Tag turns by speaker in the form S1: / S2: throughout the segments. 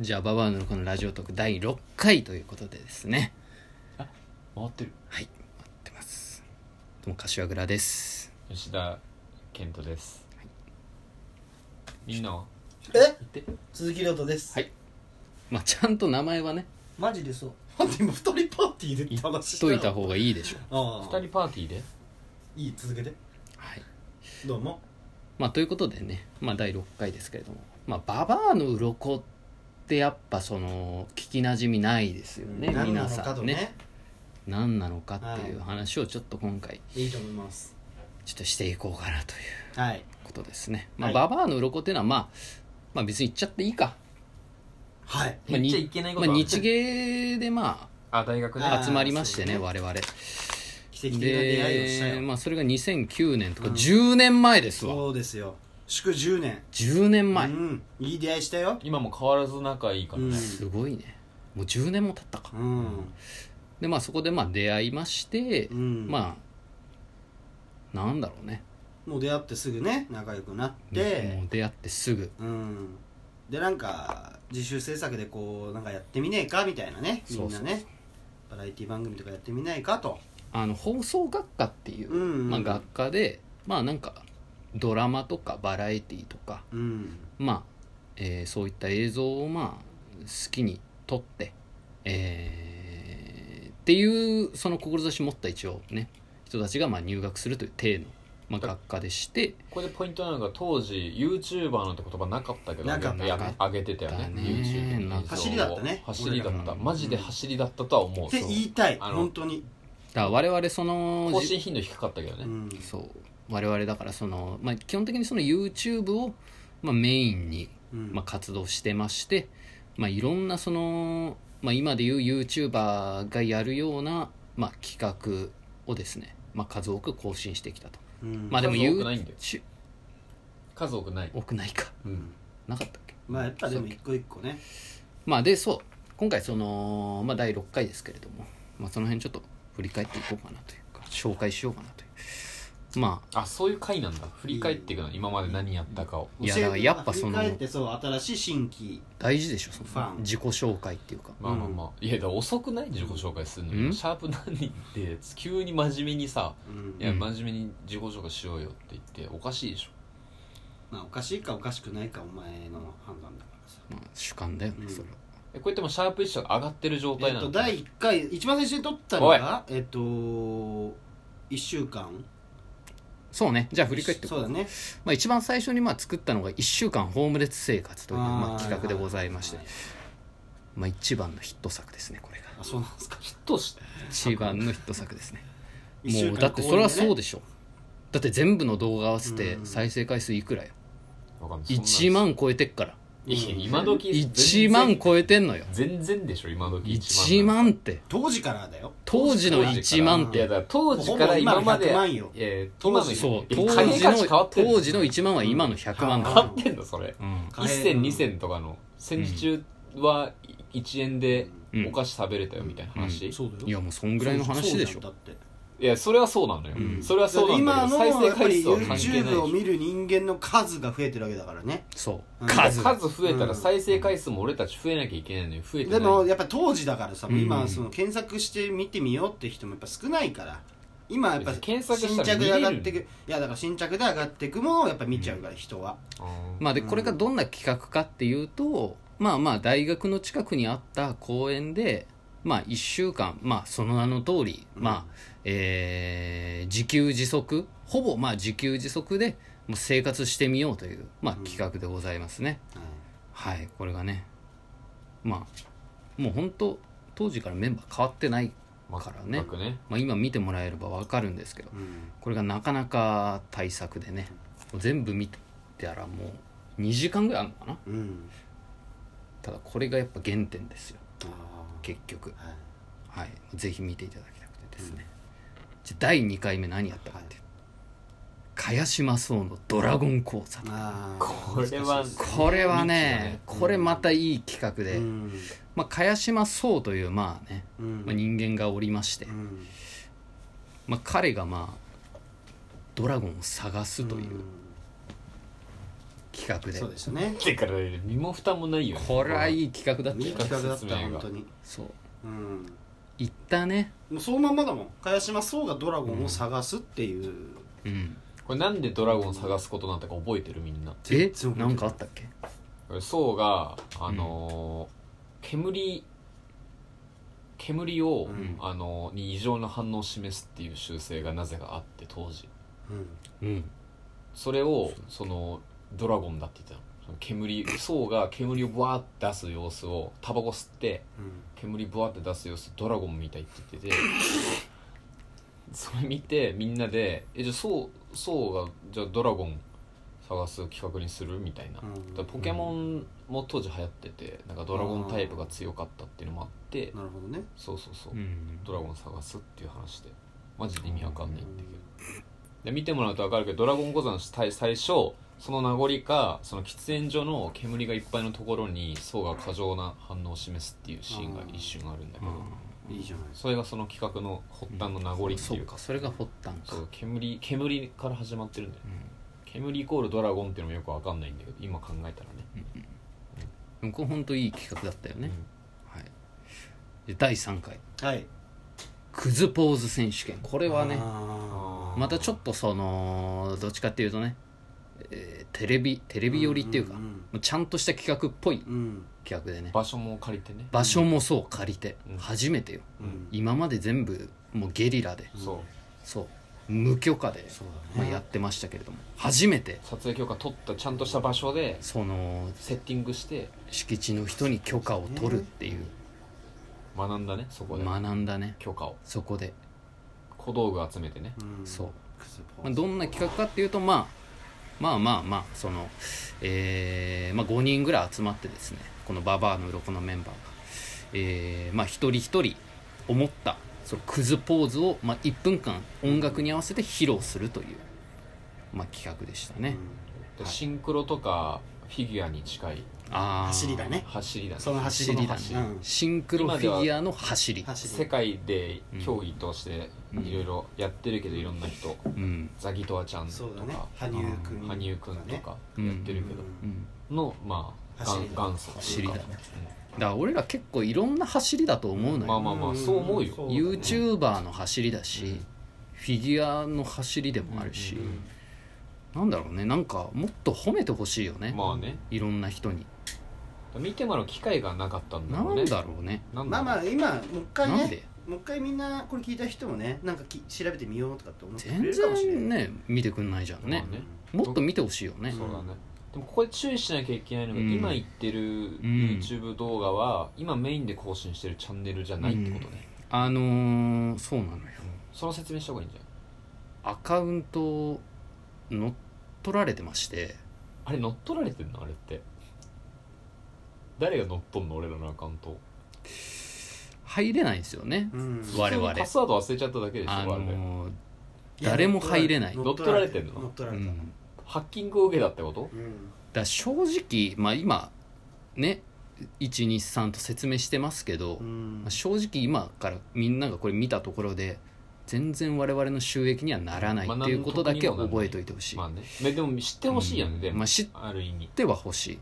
S1: じゃあババアのこのラジオトーク第6回ということでですね
S2: 回ってる
S1: はい待ってますどうも柏倉です
S2: 吉田健人です、みんなは
S3: え
S2: 言って
S3: 鈴木亮太です、
S1: はいまあちゃんと名前はね
S3: マジでそうなんで今二人パーティーでって話
S1: し
S3: し
S1: といた方がいいでしょう
S3: あ
S2: 二
S3: あ
S2: 人パーティーで
S3: いい続けて
S1: はい
S3: どうも
S1: まあということでねまあ第6回ですけれどもまあババアの鱗ってやっぱその聞きなじみないですよね
S3: 何な
S1: 皆
S3: のか
S1: さ
S3: と
S1: ん
S3: ね
S1: ね何なのかっていう話をちょっと今回
S3: いいと思います
S1: ちょっとしていこうかなという
S3: はい
S1: ことですねまあ、
S3: はい
S1: ババアの鱗っていうのはまあまあ別に言っちゃっていいか、
S3: はい
S1: まあ、
S2: 言っ
S1: に
S2: ちゃいけないこ
S1: まあ、
S2: とある
S1: 日芸でまあ
S2: あ大学ね
S3: あー
S1: 集まりましてね
S3: そうね
S1: 我々
S3: 奇跡的な出会いをした
S1: で、
S3: よ、
S1: まあ、それが2009年とか
S3: うん
S1: 10年前ですわ、
S3: そうですよ祝10年
S1: 10年前、
S3: うんいい出会いしたよ
S2: 今も変わらず仲いいからね、
S3: うん
S1: すごいねもう10年も経ったか
S3: うん
S1: でまあそこでまあ出会いまして、
S3: うん
S1: まあなんだろうね
S3: もう出会ってすぐね仲良くなって
S1: もう出会ってすぐ
S3: うんでなんか自主制作でこうなんかやってみねえかみたいなねみんなね
S1: そうそう
S3: バラエティ番組とかやってみないかと
S1: あの放送学科っていう、
S3: うんうん
S1: まあ、学科でまあなんかドラマとかバラエティとか
S3: うん
S1: まあ、えーそういった映像をまあ好きに撮って、えーっていうその志持った一応ね人たちがまあ入学するという体の、まあ、学科でして
S2: ここでポイントなのが当時 YouTuber なんて言葉なかったけど
S3: なかった
S2: やっぱや上げてたよ
S1: な
S2: ね
S1: かった
S2: YouTube の映像を
S3: 走りだったね
S2: 走りだ
S1: 俺
S2: っ
S1: ら
S2: た
S1: の
S2: マジで走りだったとは思う
S3: って
S2: そう
S3: 言いたい
S2: あの
S3: 本当に
S1: だから我々その
S2: 更
S1: じ
S2: 新頻度低かったけど
S3: う
S2: ね、
S3: ん
S1: そう我々だからその、まあ、基本的にその YouTube を、まあ、メインに、
S3: うん
S1: まあ、活動してまして、まあ、いろんなその、まあ、今でいう YouTuber がやるような、まあ、企画をですね、まあ、数多く更新してきたと、
S3: うん
S1: まあでも
S2: 数多くないんだよ
S1: YouTube
S2: 数多くない、
S1: 多くないか
S2: うん
S1: なかったっけ
S3: まあやっぱでも
S1: そう
S3: 一個一個ね
S1: まあでそう今回その、まあ、第6回ですけれども、まあ、その辺ちょっと振り返っていこうかなというか紹介しようかなというまあ
S2: あそういう回なんだ振り返っていくの今まで何やったかを
S1: いや
S3: 教え
S1: だからやっぱその
S3: 振り返ってそう新しい新規
S1: 大事でしょそ
S3: ファ
S1: の
S3: ン
S1: 自己紹介っていうか
S2: まあまあまあ、いやだから遅くない自己紹介するのに
S1: ん
S2: シャープ何って急に真面目にさ
S3: うん
S2: 「いや
S1: うん
S2: 真面目に自己紹介しようよ」って言っておかしいでしょ
S3: まあおかしいかおかしくないかお前の判断だからさ
S1: まあ主観だよ
S3: う
S1: ね
S3: ん
S1: それは、
S2: えこうやってもシャープ一社が上がってる状態
S3: えっ
S2: な
S3: と
S2: のかな、
S3: 第1回一番最初に撮ったのがえっと1週間
S1: そうねじゃあ振り返っていこ
S3: そうだね
S1: まあ、一番最初にまあ作ったのが1週間ホームレス生活というまあ、
S3: ー
S1: 企画でございまして、
S3: はい
S1: まあ、一番のヒット作ですねこれが
S3: あそうなんですか
S2: ヒットし
S1: 一番のヒット作ですね
S3: 一週
S1: もう
S3: 間
S1: だってそれはそう
S3: で
S1: でしょだって全部の動画合わせて
S3: うん
S1: 再生回数いくらよ
S2: わかんない
S1: 1
S2: そんな
S1: 万超えてっから
S2: いや今時
S1: 1万超えてんのよ
S2: 全然でしょ今時
S1: 1
S2: 1万
S1: 万って
S3: 当時からだよ
S1: 当時の1万っ
S2: い
S1: て
S2: やだから当時から今まで
S3: ほぼ今の100万よ
S2: いや
S3: 当
S2: 今
S3: 時
S2: の
S1: そう
S2: い
S1: 当
S2: や
S1: 時
S2: 金価値変わ
S1: の
S2: ってん
S1: 当時の1万は今の100万
S2: 変
S1: だ、
S2: わってんのそれ
S1: うん
S3: 貨
S2: 1
S3: 幣
S2: 銭2銭とかの戦時中は1円でお菓子食べれたよみたいな話、
S1: う
S3: そうだよ
S1: いやもうそんぐらいの話でし
S3: そう
S1: ょ
S3: だって
S2: いやそれはそうなのよ、
S1: うん
S2: それはそうな
S3: 今
S2: ん
S3: の
S2: だけど再生
S3: やっぱ
S2: 回
S3: り
S2: 数は関係ない
S3: YouTube を
S2: でし
S3: 見る人間の数が増えてるわけだからね
S1: そう
S3: うん
S1: 数
S2: ょ
S1: が
S2: 数増えたら
S3: うん
S2: 再生回数も俺たち増えなきゃいけないのに増えてな
S3: で
S2: い
S3: もやっぱ当時だからさ、
S1: うん
S3: 今その検索して見てみようって人もやっぱ少ないから今やっぱ
S2: 検索し
S3: 新
S2: たら
S3: 着
S2: 見れる
S3: で上がってくいやだから新着で上がってくものをやっぱ見ちゃうから人は、
S2: あー
S1: まあで
S3: うん
S1: これがどんな企画かっていうとまあまあ大学の近くにあった公園でまあ1週間まあその名の通り
S3: うん
S1: まあえー自給自足ほぼまあ自給自足でもう生活してみようというまあ
S3: うん
S1: 企画でございますね
S3: はい
S1: はいこれがねまあもう本当当時からメンバー変わってない
S2: まあ
S1: からね
S2: 全くね
S1: まあ今見てもらえればわかるんですけど
S3: うん
S1: これがなかなか対策でね全部見てたらもう2時間ぐらいあるのかな
S3: うん
S1: ただこれがやっぱ原点ですよ
S3: あ
S1: 結局
S3: あ
S1: は
S3: はい
S1: いぜひ見ていただきたくてですね、じゃあ第2回目何やったかっていう、茅島荘のドラゴン講座、
S3: あー
S2: これは
S1: これはね、
S2: 未知だね
S1: これまたいい企画で、
S3: うん
S1: まあ、茅島荘というまあね、
S3: うん
S1: まあ、人間がおりまして、
S3: うん
S1: まあ、彼がまあドラゴンを探すといううん企画で
S3: そうでしたね
S2: てから身も蓋もないよね
S1: これはいい企画だっ
S3: いい
S1: たよ
S3: 企画だった
S2: 説明が
S3: 本当に
S1: そう
S3: うん
S1: 行ったね
S3: もうそのまんまだもん萱島壮がドラゴンを探すっていう、
S1: うん
S2: これなんでドラゴン探すことなんだか覚えてるみんな
S1: え
S3: 全然覚えて
S1: な
S3: ない
S1: んかあったっけ
S2: そうがあのー煙煙を、
S3: うん
S2: あのーに異常な反応を示すっていう習性がなぜかあって当時
S3: うん
S1: うん
S2: それをそのドラゴンだって言ってたのその煙層が煙をブワーって出す様子をタバコ吸って
S3: うん
S2: 煙ブワーって出す様子ドラゴンみたいって言っててそれ見てみんなで「えじゃあそうそうがじゃあドラゴン探す企画にする?」みたいな、
S3: うん
S2: だからポケモンも当時流行っててなんかドラゴンタイプが強かったっていうのもあって
S3: なるほどね
S2: そうそうそう、
S1: うん
S2: ドラゴン探すっていう話でマジで意味わかんないんだけど、で見てもらうと分かるけど「ドラゴンゴザの最最初その名残かその喫煙所の煙がいっぱいのところに層が過剰な反応を示すっていうシーンが一瞬あるんだけど、
S3: いいじゃないですか
S2: それがその企画の発端の名残って
S1: そ
S2: いううか、
S1: かそれが発端か
S2: そう煙煙から始まってるんだよね煙イコールドラゴンっていうのもよく分かんないんだけど今考えたらね
S1: うんこれ本当いい企画だったよね、はいで第3回
S3: はい
S1: クズポーズ選手権これはね
S3: あ
S1: またちょっとそのどっちかっていうとね、えーテレビテレビ寄りっていうか、
S3: うんうんうん
S1: もうちゃんとした企画っぽい
S3: ーうん
S1: 企画でね
S2: 場所も借りてね
S1: 場所もそう借りて、
S2: うん
S1: 初めてよ
S2: うん
S1: 今まで全部もうゲリラで
S2: そう
S1: そう無許可で、
S3: そうだ
S1: まあ、
S3: ね
S1: やってましたけれども初めて
S2: 撮影許可取ったちゃんとした場所で
S1: その
S2: セッティングして
S1: 敷地の人に許可を取るっていう
S2: 学んだねそこで
S1: 学んだね
S2: 許可を
S1: そこで、
S2: 小道具集めてね
S3: うん
S1: そう
S3: クズポ
S1: まあ、
S3: ーズ
S1: どんな企画かっていうと、まあ、まあまあまあその、えーまあ、5人ぐらい集まってですねこの「ババアの鱗のメンバーが、えーまあ、一人一人思ったそのクズポーズを、まあ、1分間音楽に合わせて披露するという、まあ、企画でしたね、
S2: でシンクロとかフィギュアに近い
S1: あー
S3: 走りだね
S2: 走りだね
S3: その走りだね
S1: 走
S2: りだね
S3: うん
S1: シンクロフィギュアの走り
S3: 走
S2: 世界で競技として
S1: うん
S2: いろいろやってるけどいろんな人
S1: うん
S2: ザギトワちゃんと
S3: そうだね
S2: か
S3: 羽生くん
S2: 羽生くんとか
S1: うん
S2: やってるけ
S3: う
S2: ど
S1: うん
S2: のまあが
S3: 走りだ
S2: 元祖と
S1: 走
S2: い
S1: り
S2: う
S1: だ
S2: か
S1: ねだから俺ら結構いろんな走りだと思うのよ、
S2: まあまあまあそう思うよ
S3: うんそうだね
S1: YouTuber の走りだし、
S2: うん
S1: フィギュアの走りでもあるし、なんだろうねなんかもっと褒めてほしいよね、
S2: まあね
S1: いろんな人に、
S2: 見てもらう機会がなかったんだ
S1: な
S2: ろうね
S1: んだろうね
S2: なん
S3: まあ
S2: だろう
S3: まあ今もう一回
S1: なん
S3: ね
S1: で
S3: もう一回みんなこれ聞いた人もねなんかき調べてみようとかって思ってく
S1: 全
S3: れるかもしれない
S1: 然ね見てくんないじゃんね,、
S2: まあね
S1: もっと見てほしいよね、
S2: そうだねでもここで注意しなきゃいけないのが、
S1: うん
S2: 今言ってる YouTube 動画は今メインで更新してるチャンネルじゃないってことね、
S1: あのー、そうなのよ
S2: その説明した方がいいんじゃない
S1: アカウントを乗っ取られてまして
S2: あれ乗っ取られてんのあれって誰が乗っ取んの俺らのアカウント
S1: 入れないんですよね、
S3: うん
S1: 我々
S2: パスワード忘れちゃっただけでしょ、
S1: あ
S2: あれ
S1: のー誰も入れない
S2: 乗っ取られてんの
S3: 乗っ取
S1: う
S3: られたうん
S1: ん
S2: ハッキングを受けたってこと
S1: だから正直、まあ、今ね123と説明してますけど、
S3: うん
S1: まあ正直今からみんながこれ見たところで全然我々の収益にはならないっていうことだけは覚えておいてほしい、
S2: まあねねでも知ってほしいやんね、でも
S1: まあ、知っ
S2: ある意味
S1: てはほしい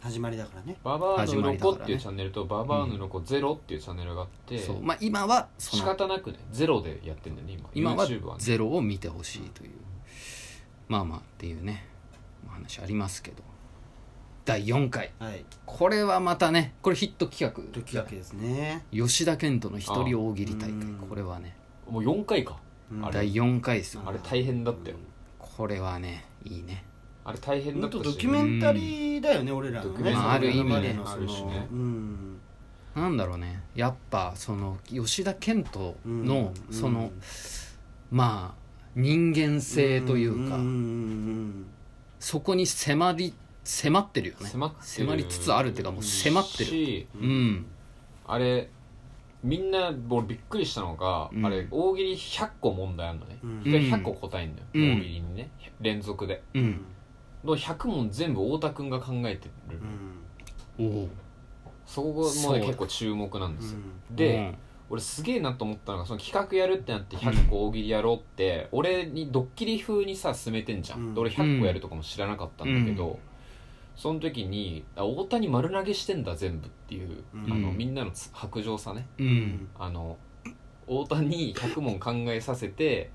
S3: 始まりだからね
S2: ババアの
S1: 始まりだ
S2: 鱗
S1: からね
S2: っていうチャンネルと、ババアの鱗ゼロっていうチャンネルがあって、
S1: そう、まあ、今はそ
S2: 仕
S1: の
S2: 方なくねゼロでやってんだよね今
S1: 今は
S2: YouTube はね
S1: ゼロを見てほしいというまあまあっていうねまあ話ありますけど第4回
S3: はい
S1: これはまたねこれヒット企画
S3: 時だけですね
S1: 吉田健人の一人大喜利大
S3: あ
S1: 会
S3: うん
S1: これはね
S2: もう4回か
S3: うん
S2: あれ
S1: 第4回ですよ
S2: あれ大変だったよ
S1: これはねいいね
S2: あれ大変だ
S3: 本
S2: った
S3: 当
S2: し
S3: ドキュメンタリーだよね俺らの
S2: ドキュメ
S3: ね
S1: タリー
S2: ン
S3: その
S1: まあある意味ね
S3: 今までのその
S2: あるしね
S3: うん
S1: なんだろうねやっぱその吉田健人
S3: うん
S1: の
S3: うん
S1: そのまあ人間性というか
S3: んん
S1: そこに迫り迫ってるよね
S2: 迫ってる
S1: 迫りつつあるっていうかもう迫ってる
S2: し
S1: うん
S2: あれみんな俺びっくりしたのが、
S1: うん
S2: あれ大喜利100個問題あるのね、
S3: うん
S2: 一回100個答えんのよ、
S1: うん
S2: 大喜利にね連続で
S1: う
S3: うんん
S2: の100問全部太田君が考えてる、
S3: うん
S1: おお
S2: そこも
S1: そう
S2: ね結構注目なんですよ、
S3: うん
S2: で、俺すげえなと思ったのがその企画やるってなって100個大喜利やろうって、俺にドッキリ風にさ進めてんじゃん、
S3: うん
S2: で俺100個やるとかも知らなかったんだけど、その時にあ大谷丸投げしてんだ全部っていう、
S3: うん
S2: あのみんなのつ白状さね
S1: うん
S2: あの大谷100問考えさせて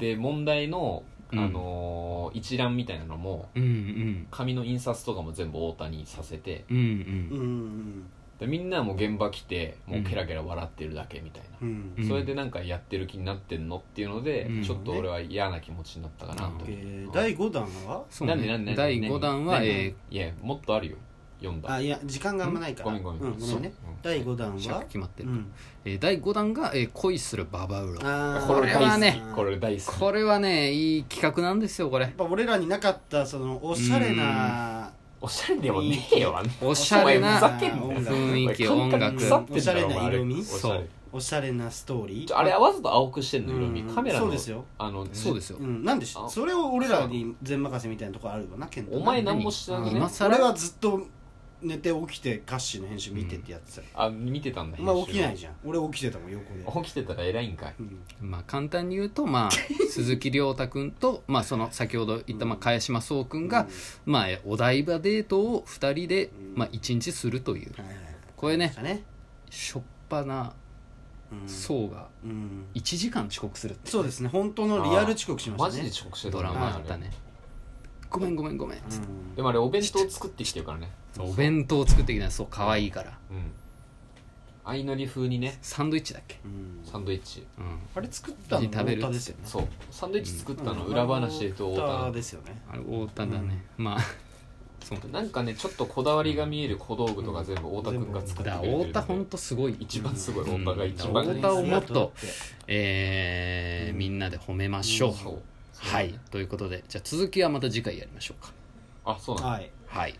S2: で問題の、あのー一覧みたいなのも
S1: うんうん
S2: 紙の印刷とかも全部大谷にさせて
S1: うんうん
S3: うん
S2: でみんなもう現場来てもうケラケラ笑ってるだけみたいな、
S3: うんうん
S1: うん
S2: それでなんかやってる気になってんのっていうので、
S1: うん
S2: ちょっと俺は嫌な気持ちになったかなと、
S1: うん
S3: えー第5弾は
S1: そうね
S2: なんでなんで
S1: 第5弾は、え
S2: ー、いやもっとあるよ4
S3: あ
S2: 弾
S3: いや時間があんまないか
S2: ご
S3: ら
S2: めんごめん、
S3: うん、ごめんね
S2: そううん
S3: 第5弾
S1: ー、
S3: は
S1: 尺決まって
S3: う
S1: る、
S3: ん
S1: えー第5弾が、えー恋するババウロ
S3: あー
S2: これ
S1: これは
S2: 大
S1: ね
S2: 好きこれ大好き
S1: これはねいい企画なんですよこれ
S3: やっぱ俺らになかったそのおしゃれな
S2: おしゃれではねえよあんな
S1: おしゃれ
S2: お前ふ
S1: な
S2: ざけんなよ
S1: 雰囲気
S2: お前
S1: 音
S2: 感
S1: 楽
S2: 覚腐ってんだろ
S3: おしゃれな
S2: お前あれ
S3: 色味
S2: おしゃれ
S3: おしゃれなストーリ
S2: ち
S3: ー
S2: ょあれわざと青くしてんの色味
S3: うん
S2: カメラの
S3: そうですよ
S2: あの
S1: そうですよ、
S3: うん、なんでし
S2: あ
S3: それを俺らに全任せみたいなとこあるよなケント
S2: お前何も知らんね
S1: 今更
S3: 俺はずっと寝て起きて歌詞の編集見てってやってたよ、
S2: あ見てたんだ
S3: お前起きない
S2: ゃ
S3: じゃん俺起きてたもん横で、
S2: 起きてたら偉いんかい
S3: うん、
S1: まあ簡単に言うと、まあ、鈴木亮太君と、まあ、その先ほど言った、まあ、
S3: うん
S1: 茅島壮君が、まあ、えお台場デートを2人で
S3: うん、
S1: まあ、1日するという
S3: はいはい
S1: これね
S3: なんかね、
S1: しょっぱな
S3: うん、
S1: 壮が
S3: う、ん、
S1: 1時間遅刻するって
S3: そうですね本当のリアル遅刻しましたね
S2: マジで遅刻してた
S1: ド
S2: な
S1: ラマあったねごめんごめんごめん
S3: う
S1: つって
S3: ん
S2: でもあれお弁当作ってきてるからね
S1: お弁当を作ってきたのそう可愛いから
S2: うん相乗り風にね
S1: サンドイッチだっけ
S3: うん
S2: サンドイッチ
S1: うん
S3: あれ作ったの
S1: 食べる
S3: 太田ですよね
S2: そうサンドイッチ作ったの裏話で言うと
S3: 太田
S2: 太
S3: ですよね
S1: あれ太田だね、まあそう
S2: 田なんかねちょっとこだわりが見える小道具とか全部太田君が作って
S1: だ
S2: くれてる
S1: 太
S2: んで
S1: 田ほんとすごい
S2: 一番すごい太田が一番
S1: うん
S2: ね
S1: 太田をもっと
S3: 太田って
S1: えーみんなで褒めましょう、
S2: そう
S1: はいということでじゃあ続きはまた次回やりましょうか
S2: あそうなんだ
S3: はい
S1: はい